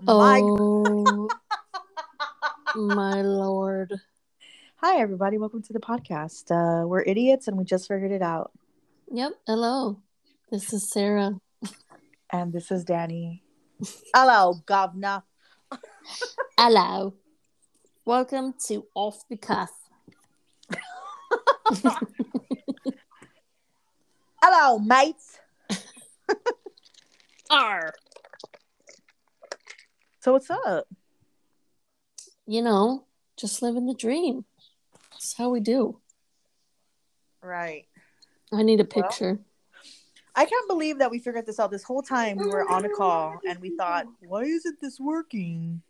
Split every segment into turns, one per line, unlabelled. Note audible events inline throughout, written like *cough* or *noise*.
My *laughs*
Oh my lord.
hi everybody, welcome to the podcast. Uh, we're idiots and we just figured it out.
Yep. Hello. This is Sarah.
And this is Danny. *laughs* Hello, governor.
Hello. Welcome to Off the Cuff.
Hello, *laughs* mates.
R.
So what's up?
You know, just living the dream. That's how we do.
Right.
I need a
Well.
picture.
I can't believe that we figured this out this whole time. We were on a call and we thought, why isn't this working?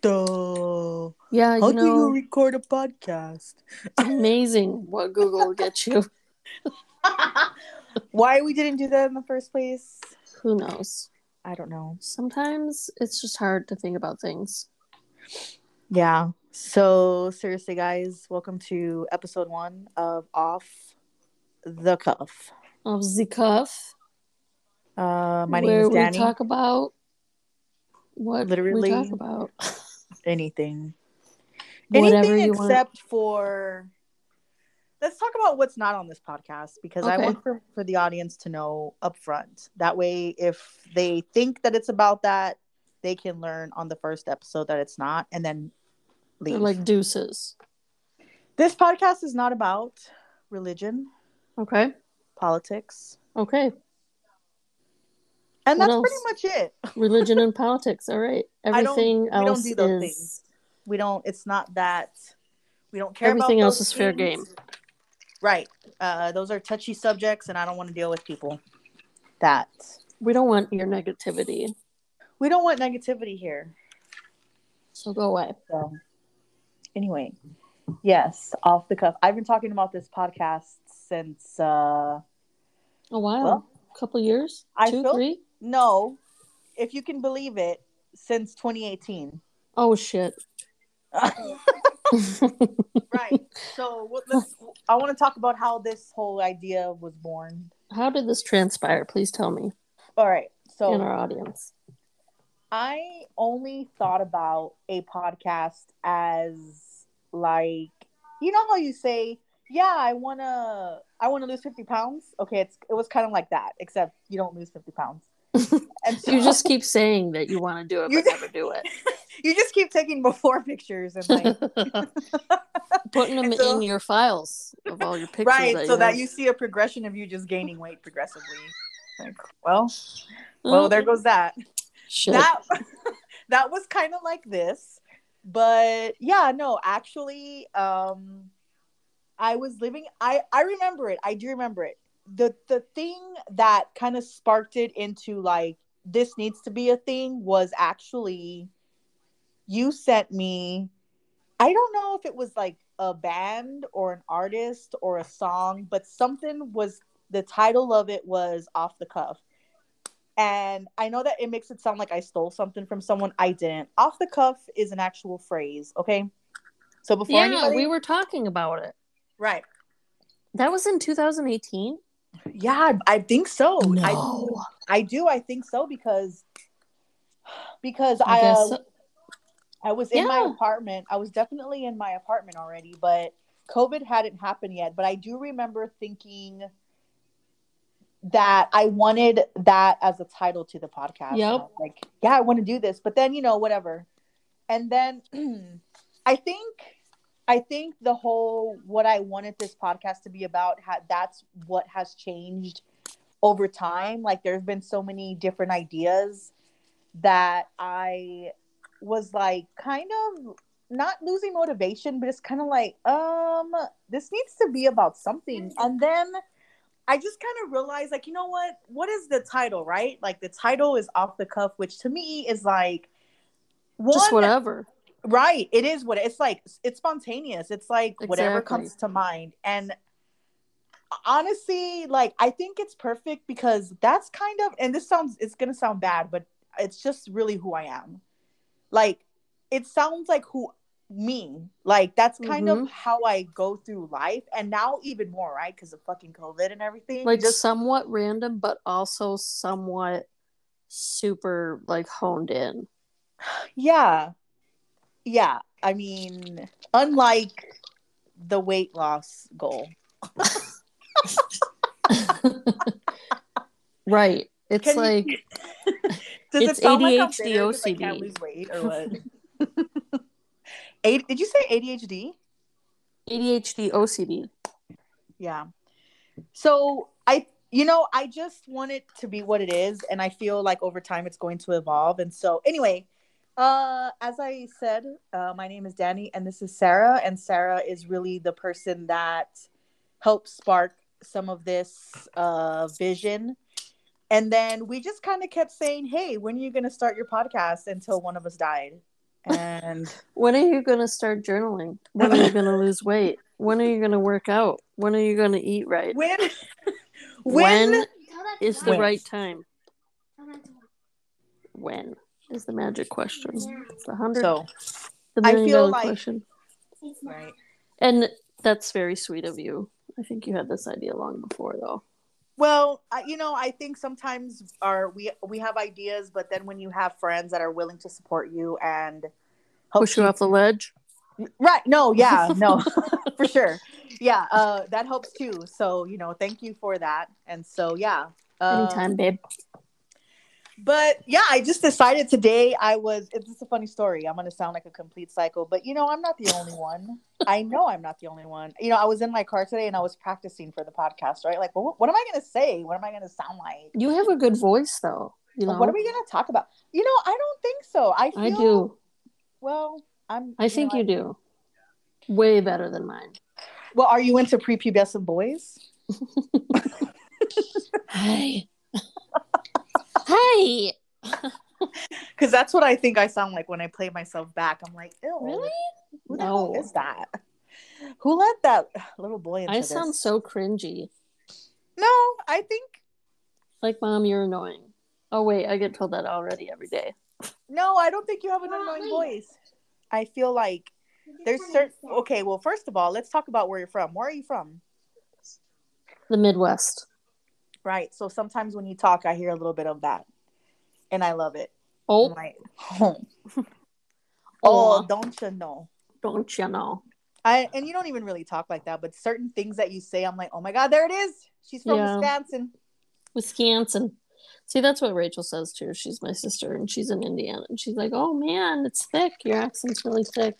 Duh.
yeah,
How
you
do you
know,
record a *laughs* podcast?
it's amazing what Google will get you.
why we didn't do that in the first place?
Who knows?
I don't know.
Sometimes it's just hard to think about things.
Yeah. So seriously, guys, welcome to episode one of Off the Cuff.
Off the cuff.
Uh, my name
where
is
we
Danny.
talk about what
Literally
we talk about.
Anything.
Whatever
Anything
you want.
except for. Let's talk about what's not on this podcast because I
Okay.
want for, for the audience to know upfront. That way, if they think that it's about that, they can learn on the first episode that it's not, and then
They're
leave.
like deuces.
this podcast is not about religion,
Okay.
politics,
Okay.
and
What
that's
else?
pretty much it.
Religion and politics. All right.
*laughs* I don't-
Everything
don't
else
do those
is
things. we don't it's not that we don't care
everything
about
else
those
is fair game.
things. right uh, those are touchy subjects and i don't want to deal with people that
We don't want your negativity.
we don't want negativity here
So go away.
so anyway yes off the cuff i've been talking about this podcast since uh
A while.
Well,
couple years?
I
Two,
feel-
three?
no if you can believe it since *laughs* 2018
Oh shit.
right so what- let's i want to talk about how this whole idea was born
How did this transpire? Please tell me.
all right so
in our audience.
I only thought about a podcast as like you know how you say, yeah, I wanna I wanna lose fifty pounds. Okay, it's it was kind of like that, except you don't lose fifty pounds. *laughs* And so
You just keep saying that you want to do it
You-
but never do it.
*laughs* you just keep taking before *laughs* pictures and like
putting them
And so-
in your files of all your pictures.
right, so that
have.
you see a progression of you just gaining weight progressively. Like, well, well, there goes that.
Shit.
that *laughs* that was kind of like this but yeah no actually um i was living i i remember it i do remember it the the thing that kind of sparked it into like this needs to be a thing was actually you sent me i don't know if it was like a band or an artist or a song but something was the title of it was off the cuff and I know that it makes it sound like I stole something from someone. I didn't. Off the cuff is an actual phrase, okay? So before
yeah,
anybody,
we were talking about it.
right?
That was in 2018.
Yeah, Oh, I think so. I, I do. I think so because because
I,
I
guess
uh,
so.
I was in my
Yeah.
apartment. I was definitely in my apartment already, but COVID hadn't happened yet. But I do remember thinking that I wanted that as a title to the podcast. And I
Yep.
was Like, yeah, I want to do this, but then you know, whatever. And then *clears throat* I think I think the whole what I wanted this podcast to be about ha- that's what has changed over time. Like there's been so many different ideas that I was like kind of not losing motivation, but it's kind of like, um, this needs to be about something. And then I just kind of realized, like, you know what? What is the title, right? Like, the title is off the cuff, which to me is like, one,
just whatever.
right? It is what it's like. It's spontaneous. It's like whatever
Exactly.
comes to mind. And honestly, like, I think it's perfect because that's kind of, and this sounds, it's going to sound bad, but it's just really who I am. Like, it sounds like who me. Like, that's kind
Mhm.
of how I go through life. And now, even more, right? Because of fucking COVID and everything.
Like
just
somewhat random, but also somewhat super like honed in.
Yeah. Yeah. I mean, unlike the weight loss goal.
right. It's
Can you-
like
Does
It's
it sound like I'm
ADHD,
bitter 'cause I can't
OCD.
lose weight or what? A- Did you say ADHD?
ADHD, OCD.
Yeah. So I, you know, I just want it to be what it is, and I feel like over time it's going to evolve. And so, anyway, uh, as I said, uh, my name is Danny, and this is Sarah, and Sarah is really the person that helped spark some of this uh, vision. And then we just kind of kept saying, "Hey, when are you going to start your podcast?" Until one of us died, *laughs* and
When are you going to start journaling? When are you going to lose weight? When are you going to work out? When are you going to eat right?
when, *laughs* when, *laughs*
When is the
When?
right time? When is the magic question? It's the hundred,
so
the
I
million
feel
dollar
like-
question.
right.
And that's very sweet of you. I think you had this idea long before, though.
Well, I, you know, I think sometimes our we we have ideas, but then when you have friends that are willing to support you and help
Push you off the ledge.
right?
*laughs*
No, yeah, no, *laughs* for sure, yeah, uh, that helps too. So you know, thank you for that. And so yeah, uh,
Anytime, babe.
But yeah, I just decided today I was. It's just a funny story. I'm gonna sound like a complete psycho, but you know, I'm not the only one. I know I'm not the only one. You know, I was in my car today and I was practicing for the podcast. Right? Like, what, what am I gonna say? What am I gonna sound like?
You have a good voice, though. You know,
Uh, What are we going to talk about? You know, I don't think so. I feel
I do.
well. I'm.
I think
know,
you do. Way better than mine.
I- well, are you into prepubescent boys?
Hi. *laughs* Hi.
Because that's what I think I sound like when I play myself back. I'm like, ew.
Really?
Who the hell
No.
is that? Who let that little boy into
I
this?
sound so cringy.
No, I think
Like, mom, you're annoying. Oh, wait, I get told that already every day.
no. I don't think you have an
Well,
annoying
wait.
voice. I feel like there's
*laughs*
certain. Okay, well, first of all, let's talk about where you're from. Where are you from?
The Midwest.
Right. So sometimes when you talk, I hear a little bit of that, and I love it. I'm
Oh,
like, *laughs* oh,
Aw.
don't you know?
don't you know?
I and you don't even really talk like that, but certain things that you say, I'm like, oh my god, there it is. She's from
Yeah.
Wisconsin.
Wisconsin. See, that's what Rachel says too. She's my sister and she's in Indiana. And she's like, oh man, it's thick. Your accent's really thick.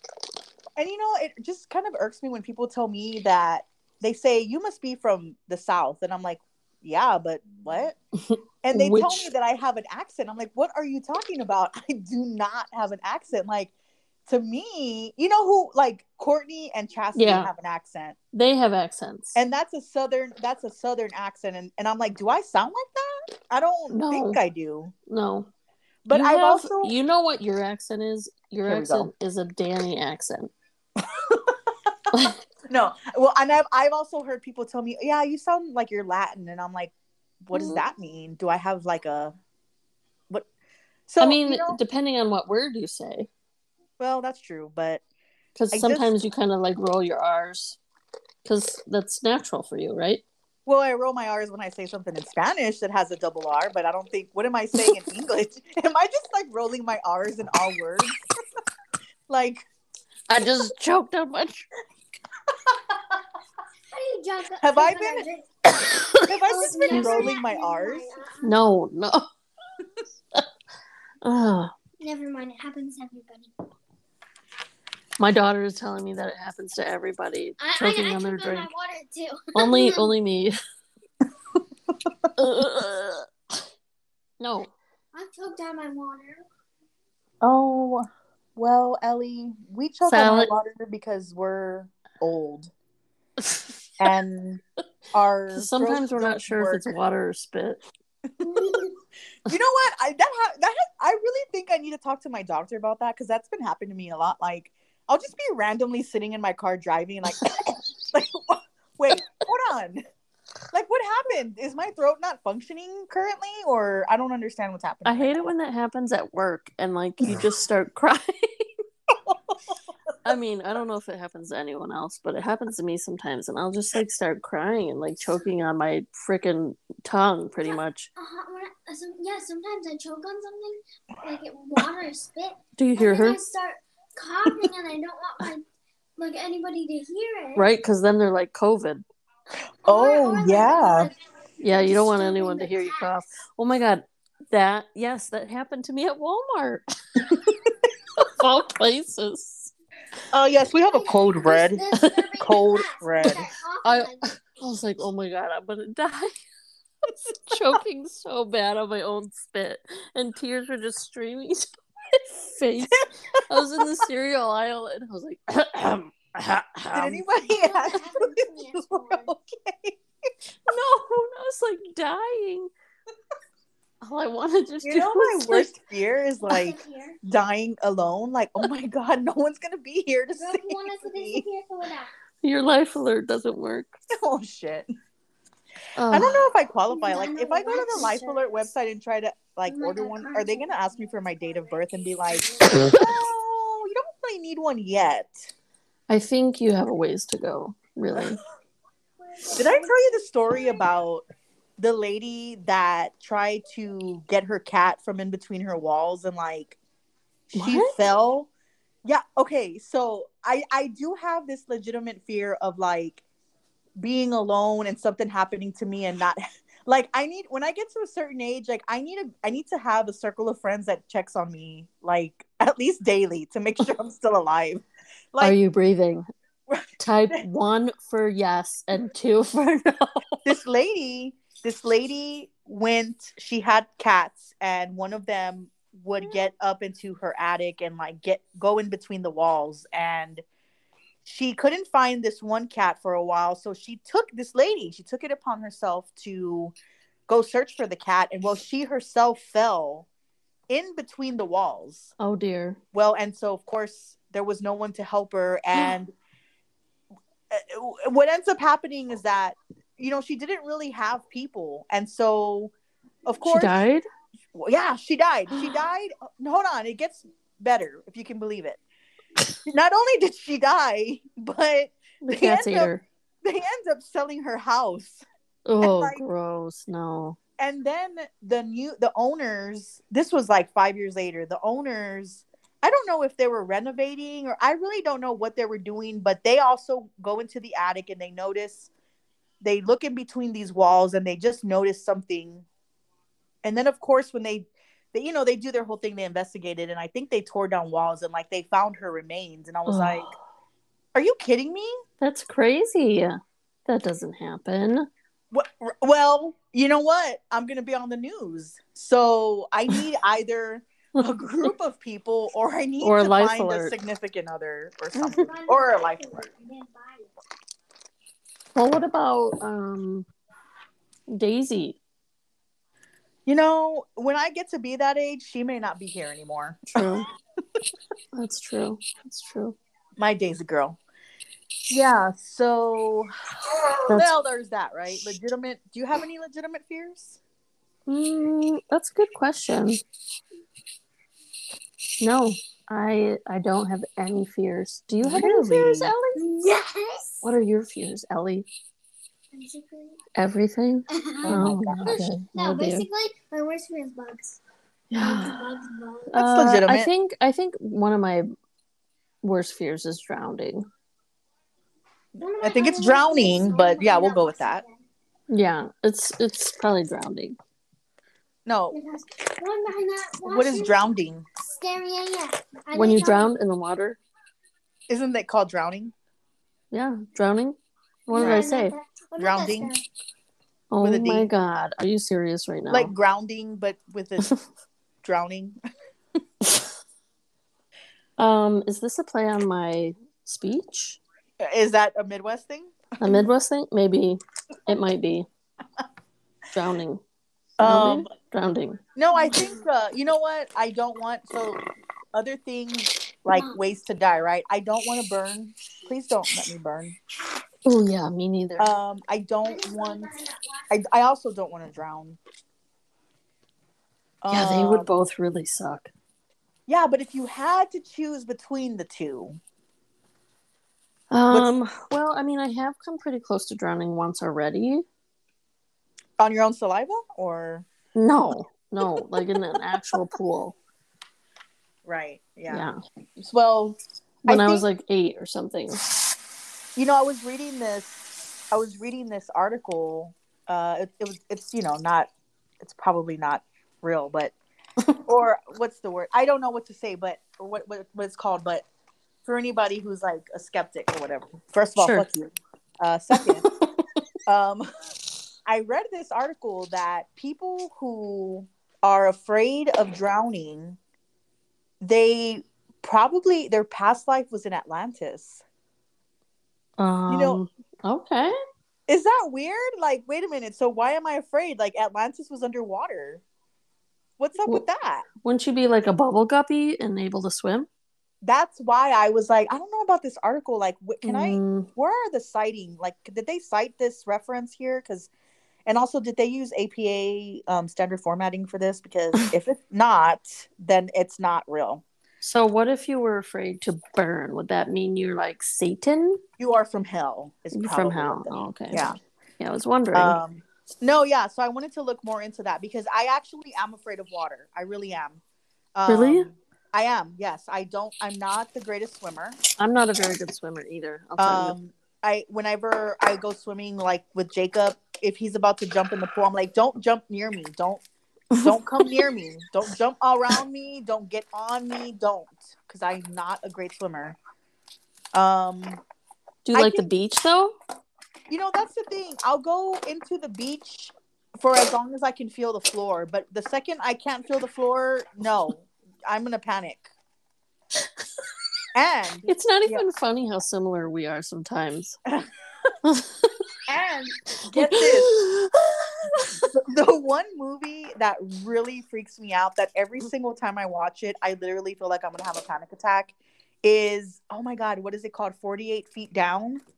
And you know, it just kind of irks me when people tell me that they say you must be from the South, and I'm like, yeah, but
*laughs*
what? And they tell
Which-
me that I have an accent. I'm like, what are you talking about? *laughs* I do not have an accent. Like to me, you know who like Courtney and Chastity
Yeah.
have an accent,
They have accents.
and that's a southern that's a southern accent, and and I'm like, do I sound like that? I don't
No.
think I do.
no.
But
You
I've
have-
also
You know what your accent is? Your
Here we go.
accent is a Danny accent.
No, well, and I've I've also heard people tell me, yeah, you sound like you're Latin, and I'm like, what does
Mhm.
that mean? Do I have like a what? So
I mean,
you know,
depending on what word you say,
well, that's true, but I
because
just-
sometimes you kind of like roll your R's because that's natural for you, right?
well, I roll my R's when I say something in Spanish that has a double R, but I don't think. What am I saying
*laughs*
in English? Am I just like rolling my R's in all words? *laughs*
*laughs*
like,
I just choked
*laughs*
on my.
Have I been- have I just been
Never
rolling my R's?
No, no. *laughs* Ugh.
Never mind, it happens to everybody.
my daughter is telling me that it happens to everybody
I, I, I
choking on their
choke on my
drink.
water too. *laughs*
only, only me. *laughs* Ugh. no,
I've choked on my water.
Oh, well, Ellie, we choke on our
Silent-
water because we're old
*laughs*
and our
sometimes
throats
we're not
don't
sure
work.
if it's water or spit.
you know what i that ha- that ha- i really think i need to talk to my doctor about that because that's been happening to me a lot like i'll just be randomly sitting in my car driving and like *laughs* like wha- wait hold on like what happened is my throat not functioning currently or i don't understand what's happening
I hate it when that happens at work and like you just start *laughs* crying. I mean, I don't know if it happens to anyone else, but it happens to me sometimes and I'll just like start crying and like choking on my freaking tongue pretty much.
Uh, when I, some, yeah, sometimes I choke on something, like it, water or spit.
Do you
and
hear
then
her?
I start coughing, and I don't want my like anybody to hear it.
Right, because then they're like COVID.
Oh,
like,
yeah.
like,
Yeah, you don't want
disturbing
anyone
the
to hear you
cat.
cough. Oh my god, that yes, that happened to me at Walmart. *laughs* of all places.
Oh yes, we have a code
It's
red.
disturbing
*laughs*
the
Cold
cat.
red.
Start coughing
I-
on it.
I was like, oh my god, I'm gonna *laughs* die. I was
*laughs*
choking so bad on my own spit, and tears were just streaming *laughs* down my face. I was in the cereal aisle, and I was like, *clears throat*
Did anybody *laughs*
No, that
ask
happened to me
you *laughs*
at
were
school.
okay?
*laughs* no, and I was like dying. All I wanted to
You
do
know my
was
worst fear
*laughs*
is like *laughs*
Disappear.
dying alone. Like, oh my god, no one's gonna be here to
Rub
see
one is to *laughs*
me. *laughs*
disappear for that.
your life alert doesn't work.
Oh shit.
Oh,
I don't know if I
I
qualify. Like,
know
if I go to
what
the Life
it
Alert
says.
website and try to like
Oh my
order
God,
one,
I
are they
don't
gonna ask me
know
for my
what
date of
it
birth and be like,
says.
"No, you don't really need one yet."
I think you have a ways to go,
*laughs*
really.
Did I tell you the story about the lady that tried to get her cat from in between her walls and like she
What?
fell? Yeah, okay. So I I do have this legitimate fear of like being alone and something happening to me and not *laughs* like I need when I get to a certain age like I need a I need to have a circle of friends that checks on me like *laughs* at least daily to make sure I'm still alive. Like
Are
*laughs*
you breathing? Type one for yes and two for no.
this lady this lady went she had cats and one of them would get up into her attic and like get go in between the walls and she couldn't find this one cat for a while so she took this lady she took it upon herself to go search for the cat and well she herself fell in between the walls
Oh dear.
well, and so of course there was no one to help
*gasps*
her, and uh, what ends up happening is that you know she didn't really have people, and so of course,
She died?
Well, yeah, she died.
*gasps*
She died. no, Hold on, it gets better if you can believe it. Not only did she die, *laughs* but
The
They
cat's
end up-
eater.
they end up selling her house.
Oh,
like-
gross. No.
and then the new the owners this was like five years later the owners i don't know if they were renovating or i really don't know what they were doing but they also go into the attic and they notice they look in between these walls and they just notice something and then of course when they, they you know they do their whole thing they investigate it and i think they tore down walls and like they found her remains and i was
Oh,
like are you kidding me
*sighs* that's crazy. That doesn't happen.
What, well, you know what? I'm going to be on the news. So I need either a group of people or I need
Or a
to
life
find a
alert.
significant other or something. *laughs* or a life alert.
I didn't buy it.
Well, what about um Daisy?
You know, when I get to be that age, she may not be here anymore. *laughs*
True. that's true. That's true.
My days a girl. Yeah, so
That's-
well, there's that, right? Legitimate. Do you have any legitimate fears?
Mm, that's a good question. No, I I don't have any fears. Do you have any fears,
Really?
Ellie?
Yes.
What are your fears, Ellie?
*laughs* Basically.
Everything?
Oh my
my
gosh.
God.
No,
Oh, dear. *sighs*
basically, my worst fear is
*gasps*
bugs.
Yeah.
Bugs, bugs, bugs.
That's
Uh, I
legitimate.
think I think one of my worst fears is drowning.
One of
I
my
think it's
other
drowning,
worst fears-
but yeah, we'll go with that.
Yeah, it's it's probably drowning.
No.
Because One of my not
What is
watching-
drowning?
Staring at- I
when
think
you
I-
drown in the water,
Isn't that called drowning?
yeah, drowning. What did
Yeah,
I
not
say?
that- what about
Drowning?
that stuff?
Oh
With a D.
my god, are you serious right now?
Like grounding, but with
*laughs*
a drowning.
um, is this a play on my speech?
Is that a Midwest thing?
A Midwest thing? Maybe it might be drowning.
Um,
Drowning. drowning.
no, I think uh, you know what I don't want. So other things like ways to die, right? I don't want to burn. Please don't let me burn.
Oh yeah, me neither.
Um, I
I
don't
just
want.
thought about that
I I also don't want to drown.
yeah, they would
Um,
both really suck.
Yeah, but if you had to choose between the two,
Um, well, I mean, I have come pretty close to drowning once already.
on your own saliva or
No,
*laughs*
No, like in an actual pool.
Right. Yeah.
Yeah.
Well,
When I,
I
was like eight or something.
you know, I was reading this. I was reading this article. Uh, it, it was. It's you know not. It's probably not real, but or what's the word? I don't know what to say, but or what what, what it's called. But for anybody who's like a skeptic or whatever, first of all,
Sure.
fuck you. Uh, second, um, I read this article that people who are afraid of drowning, they probably their past life was in Atlantis.
Um,
know-
Okay.
Is that weird? Like, wait a minute. So why am I afraid? Like Atlantis was underwater. What's up with that?
Wouldn't you be like a bubble guppy and able to swim?
That's why I was like, I don't know about this article. Like, what, can I?
Mm,
Where are the citing? Like, did they cite this reference here? Because, and also, did they use APA um, standard formatting for this?
*sighs*
Because if it's not, then it's not real.
So, what if you were afraid to burn? Would that mean you're like Satan
You are from hell. Is
from
probably
hell?
what
Oh,
the-
okay.
Yeah.
Yeah, I was wondering.
Um, no, yeah. So I wanted to look more into that because I actually am afraid of water. I really am. Um,
Really?
I am. Yes, I don't. I'm not the greatest swimmer.
I'm not a very good swimmer either. I'll tell you.
Um, I whenever I go swimming, like with Jacob, if he's about to jump in the pool, I'm like, don't jump near me. Don't don't come near me. Don't jump around me. Don't get on me. Don't, because I'm not a great swimmer. Um,
Do you
I
like the
think-
beach though?
you know that's the thing i'll go into the beach for as long as i can feel the floor but the second i can't feel the floor no i'm gonna panic and
It's not
Yeah.
even funny how similar we are sometimes.
and get this the one movie that really freaks me out that every single time i watch it i literally feel like i'm gonna have a panic attack is oh my god what is it called 48 feet down
*laughs*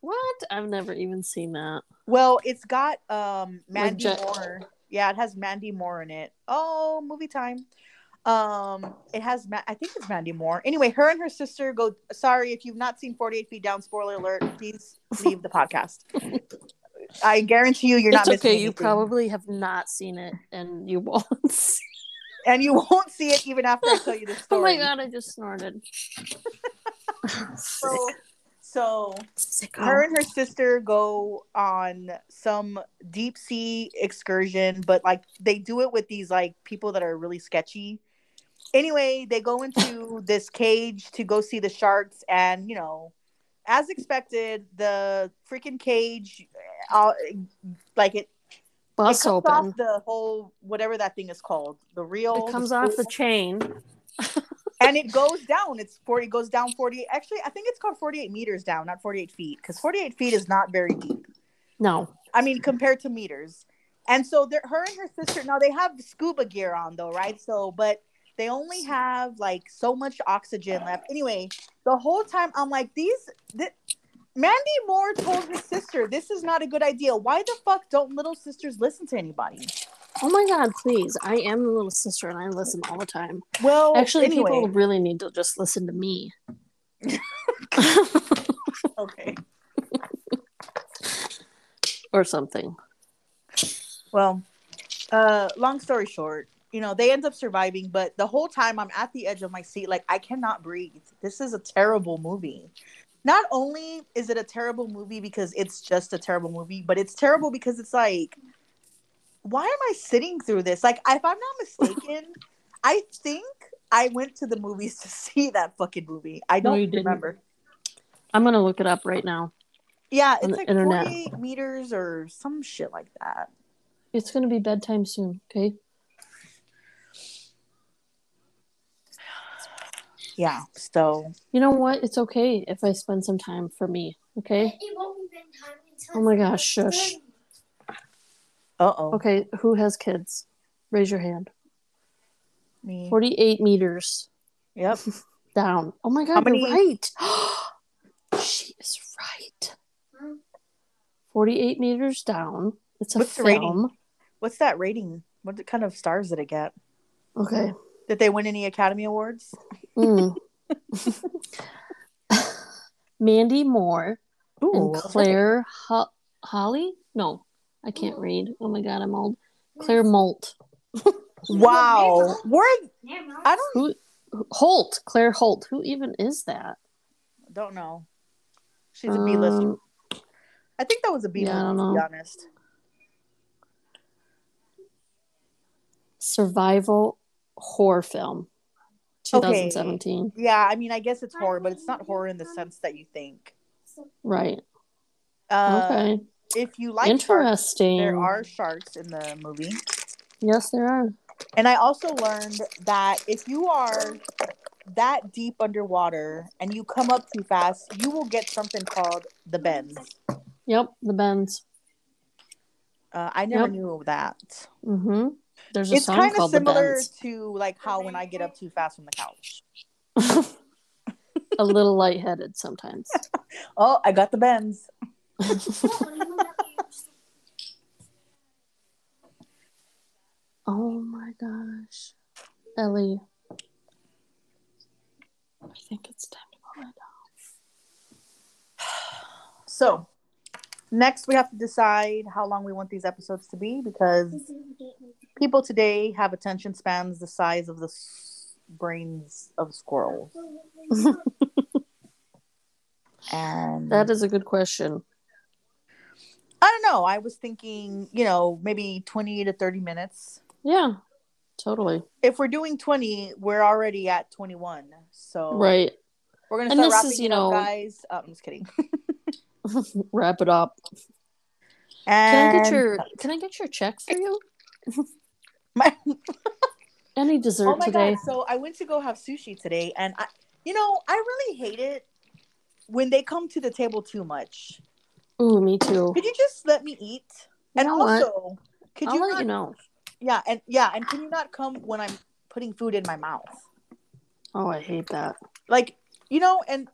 What? I've never even seen that.
Well, it's got um Mandy
Jack-
Moore. Yeah, it has Mandy Moore in it. Oh, movie time. Um, it has Ma- I think it's Mandy Moore. Anyway, her and her sister go. Sorry if you've not seen Forty Eight Feet Down. Spoiler alert! Please leave the
*laughs*
podcast. I guarantee you, you're not
it's
missing
okay. You
anything.
probably have not seen it, and you *laughs* won't. see-
and you won't see it even after I tell you the
*laughs* oh
story.
my god! I just snorted. *laughs*
So, so
Sick. oh.
her and her sister go on some deep sea excursion, but like they do it with these like people that are really sketchy. Anyway, they go
*laughs*
into this cage to go see the sharks, and you know, as expected, the freaking cage, uh, like it, it
Bus
cuts
open.
off the whole whatever that thing is called, the reel.
It comes off
spool,
the chain.
and it goes down. It's forty, it goes down forty. Actually, I think it's called forty-eight meters down, not forty-eight feet, because forty-eight feet is not very deep.
No.
I mean, compared to meters. And so they're her and her sister. Now they have scuba gear on though, right? So, but they only have like so much oxygen left. Anyway, the whole time I'm like, these. Th- Mandy Moore told her sister, "This is not a good idea. Why the fuck don't little sisters listen to anybody?"
Oh my god! Please, I am the little sister, and I listen all the time.
Well,
Actually,
anyway.
people *laughs* really need to just listen to me. *laughs*
Okay.
or something.
Well, uh, long story short, you know they end up surviving, but the whole time I'm at the edge of my seat, like I cannot breathe. This is a terrible movie. Not only is it a terrible movie because it's just a terrible movie, but it's terrible because it's like, why am I sitting through this? Like, if I'm not
*laughs*
mistaken, I think I went to the movies to *laughs* see that fucking movie. I
No,
don't
you didn't.
remember.
I'm gonna look it up right now.
Yeah, it's
On the
like
internet.
48 meters or some shit like that.
It's gonna be bedtime soon. Okay.
Yeah, so
You know what? It's okay if I spend some time for me. Okay.
Eh?
It, it won't be bedtime until.
Oh my gosh, shush.
uh oh.
Okay. Who has kids? Raise your hand.
Me.
Forty-eight meters
Yep.
down. Oh my god!
How many-
You're right. *gasps* she is right. Forty-eight meters down. It's a
What's the
film.
rating? What's that rating? What kind of stars did it get?
Okay.
Did they win any Academy Awards?
Mm. *laughs* Mandy Moore and Claire Ho- Holly? No, I can't read. Oh my god, I'm old. Claire Molt.
Wow. We're I don't
Holt, Claire Holt. Who even is that?
don't know. She's a B list.
Um,
I think that was a B
yeah, I
movie,
don't
to be
know.
honest.
survival horror film.
Okay.
2017.
Yeah, I mean I guess it's horror, but it's not horror in the sense that you think.
Right.
Uh
okay.
if you like sharks,
Interesting.
there are sharks in the movie.
Yes, there are.
And I also learned that if you are that deep underwater and you come up too fast, you will get something called the bends.
Yep, the bends.
Uh, I never
Yep.
knew that.
Mm-hmm. There's a
It's
song
kind of
called the
similar
bends.
to like how when I get up too fast from the couch.
a little
*laughs*
lightheaded sometimes.
Oh, I got the bends.
Oh my gosh, Ellie. I think it's time to call it
So next we have to decide how long we want these episodes to be because people today have attention spans the size of the s- brains of squirrels. And
That is a good question.
I don't know. I was thinking, you know, maybe 20 to 30 minutes.
Yeah, totally.
If we're doing 20, we're already at 21. So
Right.
we're going to
And
start
this
wrapping
is, you
it up,
know-
guys. Oh, I'm just kidding.
Wrap it up. Can
And
I get your Can I get your check for you?
*laughs* my,
Any dessert
oh my
today?
god! So I went to go have sushi today, and I, you know, I really hate it when they come to the table too much.
Ooh, me too.
Could you just let me eat? And
know what?
also, could
I'll
you
let
not?
you know.
Yeah, and yeah, and can you not come when I'm putting food in my mouth?
Oh, I hate that.
Like you know, and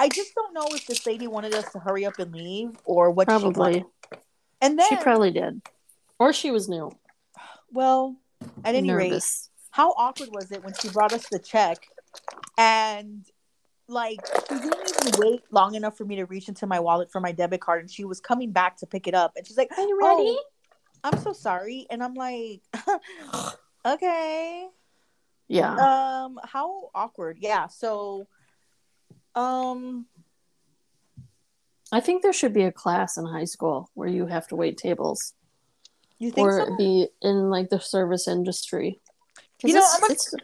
I just don't know if this lady wanted us to hurry up and leave or what. She
Probably.
wanted. and then,
She probably did. Or she was new.
well, at any rate,
nervous.
how awkward was it when she brought us the check and like she didn't even wait long enough for me to reach into my wallet for my debit card and she was coming back to pick it up and she's like
Are you
Oh,
ready? i'm so sorry and i'm like okay
Yeah.
um how awkward yeah so um
I think there should be a class in high school where you have to wait tables
you think
or
so?
be in like the service industry. 'Cause
You know,
it's,
I'm a-
it's,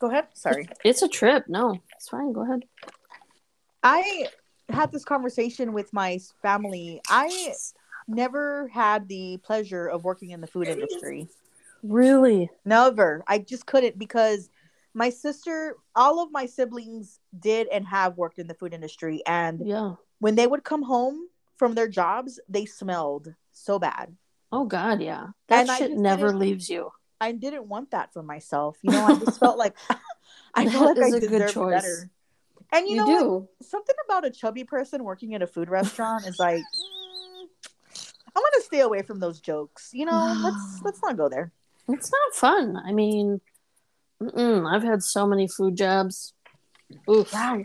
go ahead sorry
it's a trip. No, it's fine. Go ahead.
i had this conversation with my family i never had the pleasure of working in the food industry
Really?
Never. I just couldn't because my sister, all of my siblings did and have worked in the food industry. And
Yeah.
when they would come home from their jobs, they smelled so bad.
Oh God, yeah. That
And I
shit
just
never
didn't-
leaves you.
I didn't want that for myself. You know, I just felt
*laughs*
like *laughs* I felt
That
like
is
I
a good
deserved
choice.
better. And you,
You,
know, what?
do.
something about a chubby person working in a food restaurant is
*laughs*
like, mm, I want to stay away from those jokes. You know,
*sighs*
let's let's not go there.
It's not fun. I mean, mm-mm, I've had so many food jobs. Oof.
Wow.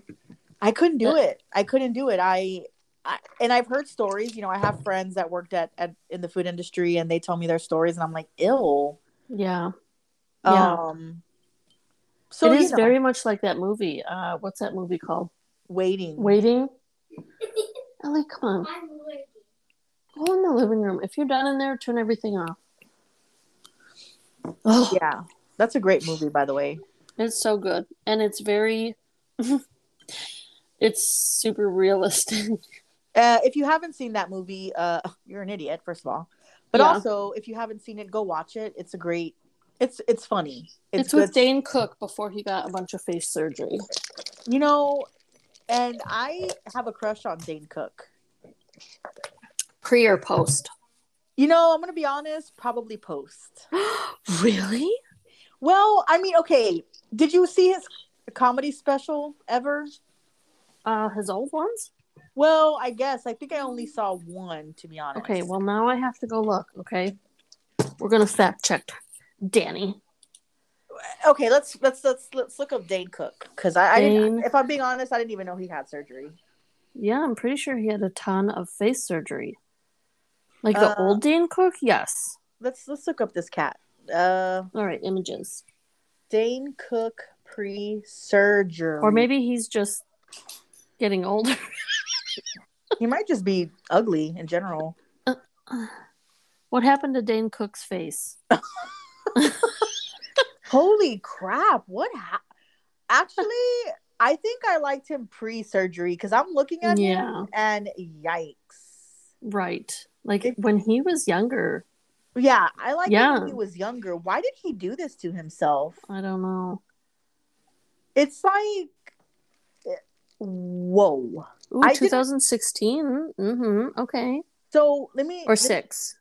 I couldn't do it. I couldn't do it. I, I and I've heard stories. You know, I have friends that worked at, at in the food industry, and they tell me their stories, and I'm like, ill.
Yeah. Yeah.
Um, so
it is
you know,
very much like that movie. Uh, what's that movie called?
waiting.
Waiting. Ellie, come on.
I'm waiting.
Go in the living room. If you're done in there, turn everything off.
Yeah, that's a great movie, by the way.
It's so good. And it's very *laughs* it's super realistic.
Uh, if you haven't seen that movie, uh, *laughs* you're an idiot, first of all. But
Yeah.
also, if you haven't seen it, go watch it. It's a great. It's it's funny.
It's,
good
with Dane Cook before he got a bunch of face surgery.
You know, and I have a crush on Dane Cook.
Pre or post?
You know, I'm gonna be honest. Probably post.
*gasps* really?
Well, I mean, okay. Did you see his comedy special ever?
Uh his old ones?
Well, I guess I think I only saw one to be honest.
Okay, well now I have to go look, okay? We're gonna fact check Danny.
okay. Let's let's let's let's look up Dane Cook because I, I didn't.
Dane.
If I'm being honest, I didn't even know he had surgery.
Yeah, I'm pretty sure he had a ton of face surgery. Like the
Uh,
old Dane Cook? Yes.
let's let's look up this cat. Uh,
All right, images.
Dane Cook pre-surgery,
Or maybe he's just getting older. *laughs*
he might just be ugly in general.
What happened to Dane Cook's face?
Holy crap! What? Ha- Actually, I think I liked him pre-surgery because I'm looking at
Yeah.
him and yikes.
Right. Like
It-
when he was younger.
Yeah, I like him
Yeah.
when he was younger. Why did he do this to himself?
I don't know.
It's like, eh, whoa.
Ooh,
I didn't-
2016. Mm-hmm. Okay.
So let me let
Or
me-
six.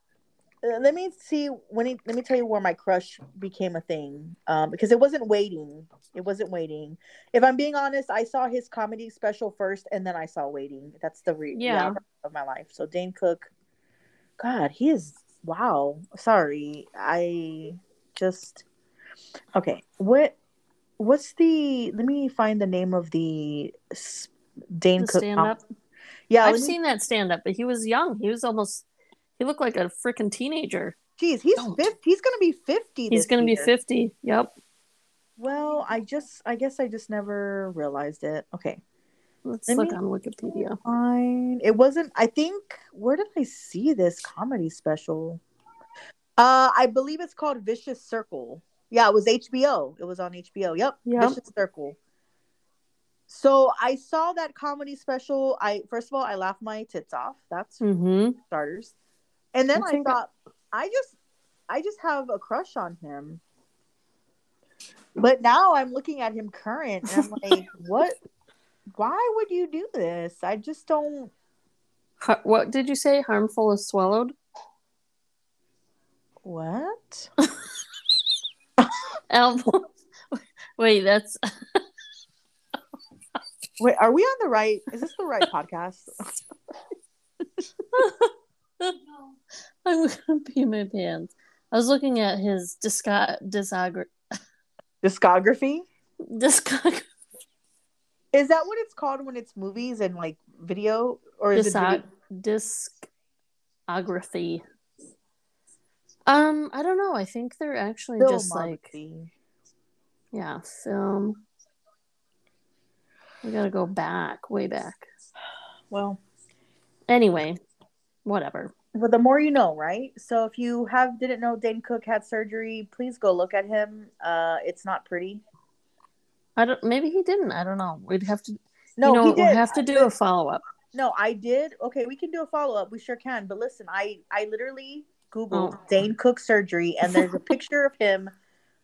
uh, let me see when he, let me tell you where my crush became a thing um, because it wasn't waiting it wasn't waiting if i'm being honest i saw his comedy special first and then i saw waiting that's the re-
Yeah.
reality of my life so dane cook god he is wow sorry i just okay what what's the let me find the name of the s- dane cook
Stand up.
yeah
I've
let me-
seen that stand up, but he was young. He was almost. He looked like a freaking teenager.
geez he's
Don't.
50 he's gonna be 50
He's
this
gonna be
year.
fifty. Yep.
Well, I just, I guess I just never realized it. Okay.
Let's
Let
look
me-
on Wikipedia.
Fine. It wasn't, I think, where did I see this comedy special? Uh, I believe it's called Vicious Circle. Yeah, it was HBO. It was on HBO. Yep.
Yep.
Vicious Circle. So I saw that comedy special. I, first of all, I laughed my tits off. That's
Mm-hmm.
for starters. And then
I
I
think-
thought, I just, I just have a crush on him. But now I'm looking at him current, and I'm
*laughs*
like, what? Why would you do this? I just don't.
What did you say? Harmful is swallowed.
What?
Album. *laughs* Wait, that's
Wait, are we on the right? Is this the right podcast?
No.
*laughs* I'm gonna pee my pants. I was looking at his disco discog
Discography?
discog
Is that what it's called when it's movies and like video, or is
discog
it?
discography. Um, I don't know. I think they're actually
Video-
just like
filmography?
yeah, film. We gotta go back, way back.
Well,
Anyway, whatever.
Well, the more you know, right? So if you have didn't know Dane Cook had surgery, please go look at him. Uh, it's not pretty.
I don't. Maybe he didn't. I don't know. We'd have to.
No,
you know,
he
what, we'll
did.
have to do a follow up.
No, I did. Okay, we can do a follow up. We sure can. But listen, I I literally googled
Oh.
Dane Cook surgery, and there's a picture of him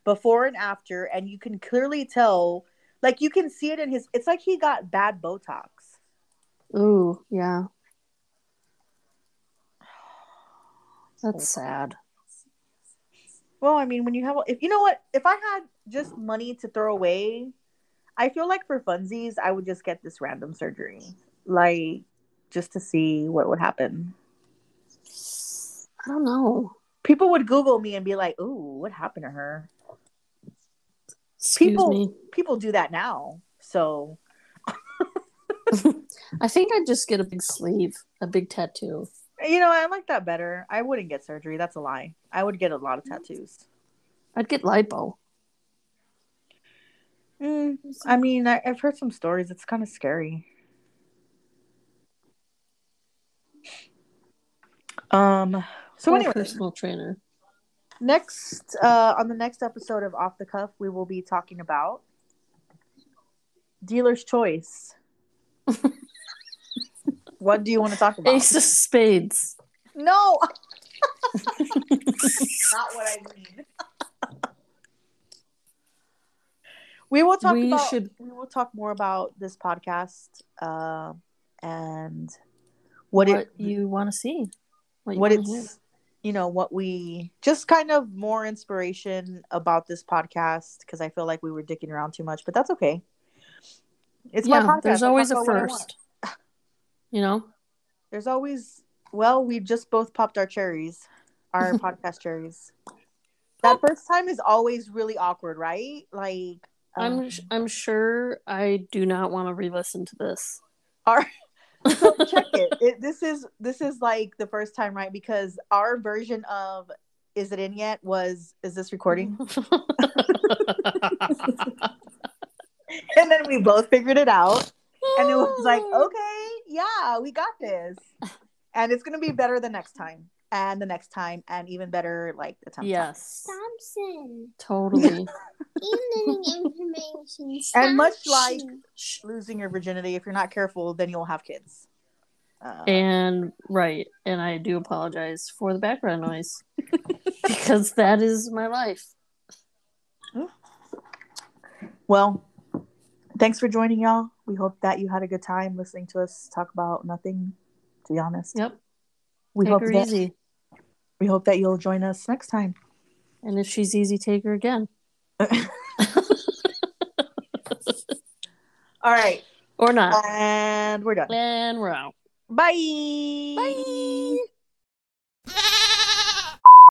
before and after, and you can clearly tell, like you can see it in his. It's like he got bad Botox.
Ooh,
*sighs*
yeah. That's sad.
Well, I mean, when you have, if you know what, if I had just money to throw away, I feel like for funsies, I would just get this random surgery, like just to see what would happen.
I don't know.
People would Google me and be like, "Ooh, what happened to her?"
Excuse
People-
me.
People do that now, so
I think I'd just get a big sleeve, a big tattoo.
you know I like that better. I wouldn't get surgery. That's a lie. I would get a lot of tattoos.
I'd get lipo.
Mm, I mean, I, I've heard some stories. It's kind of scary. Um. So
or
anyway,
a personal trainer.
next uh, on the next episode of off the cuff we will be talking about dealer's
*laughs*
choice what do you want to talk about
Ace of spades.
no not what i mean we will talk
We
about
should-
we will talk more about this podcast uh, and what,
what
it
you want to see? you
what
wanna
it's
hear.
you know what we just kind of more inspiration about this podcast because i feel like we were dicking around too much but that's okay it's
yeah,
my podcast
there's
I'll
always
talk
a
about what I want.
first. You know,
there's always well we just both popped our cherries our podcast cherries that first time is always really awkward right like um,
I'm I'm sure I do not want to re-listen to
*laughs*
this.
our so check it. it this is this is like the first time right because our version of is it in yet? Was is this recording? *laughs* and then we both figured it out. And it was like,
Oh.
okay, yeah, we got this. And it's gonna be better the next time. And the next time, and even better like the time.
Yes.
Thompson.
*laughs*
Totally.
Evening information.
And much like-
Thompson.
Losing your virginity, if you're not careful, then you'll have kids. Uh,
And right, and I do apologize for the background noise *laughs* because that is my life.
well, thanks for joining, y'all. We hope that you had a good time listening to us talk about nothing. To be honest,
Yep.
we
take
hope
her
that
easy.
we hope that you'll join us next time.
And if she's easy, take her again.
All right,
Or not.
and we're done.
And we're out.
Bye. Bye.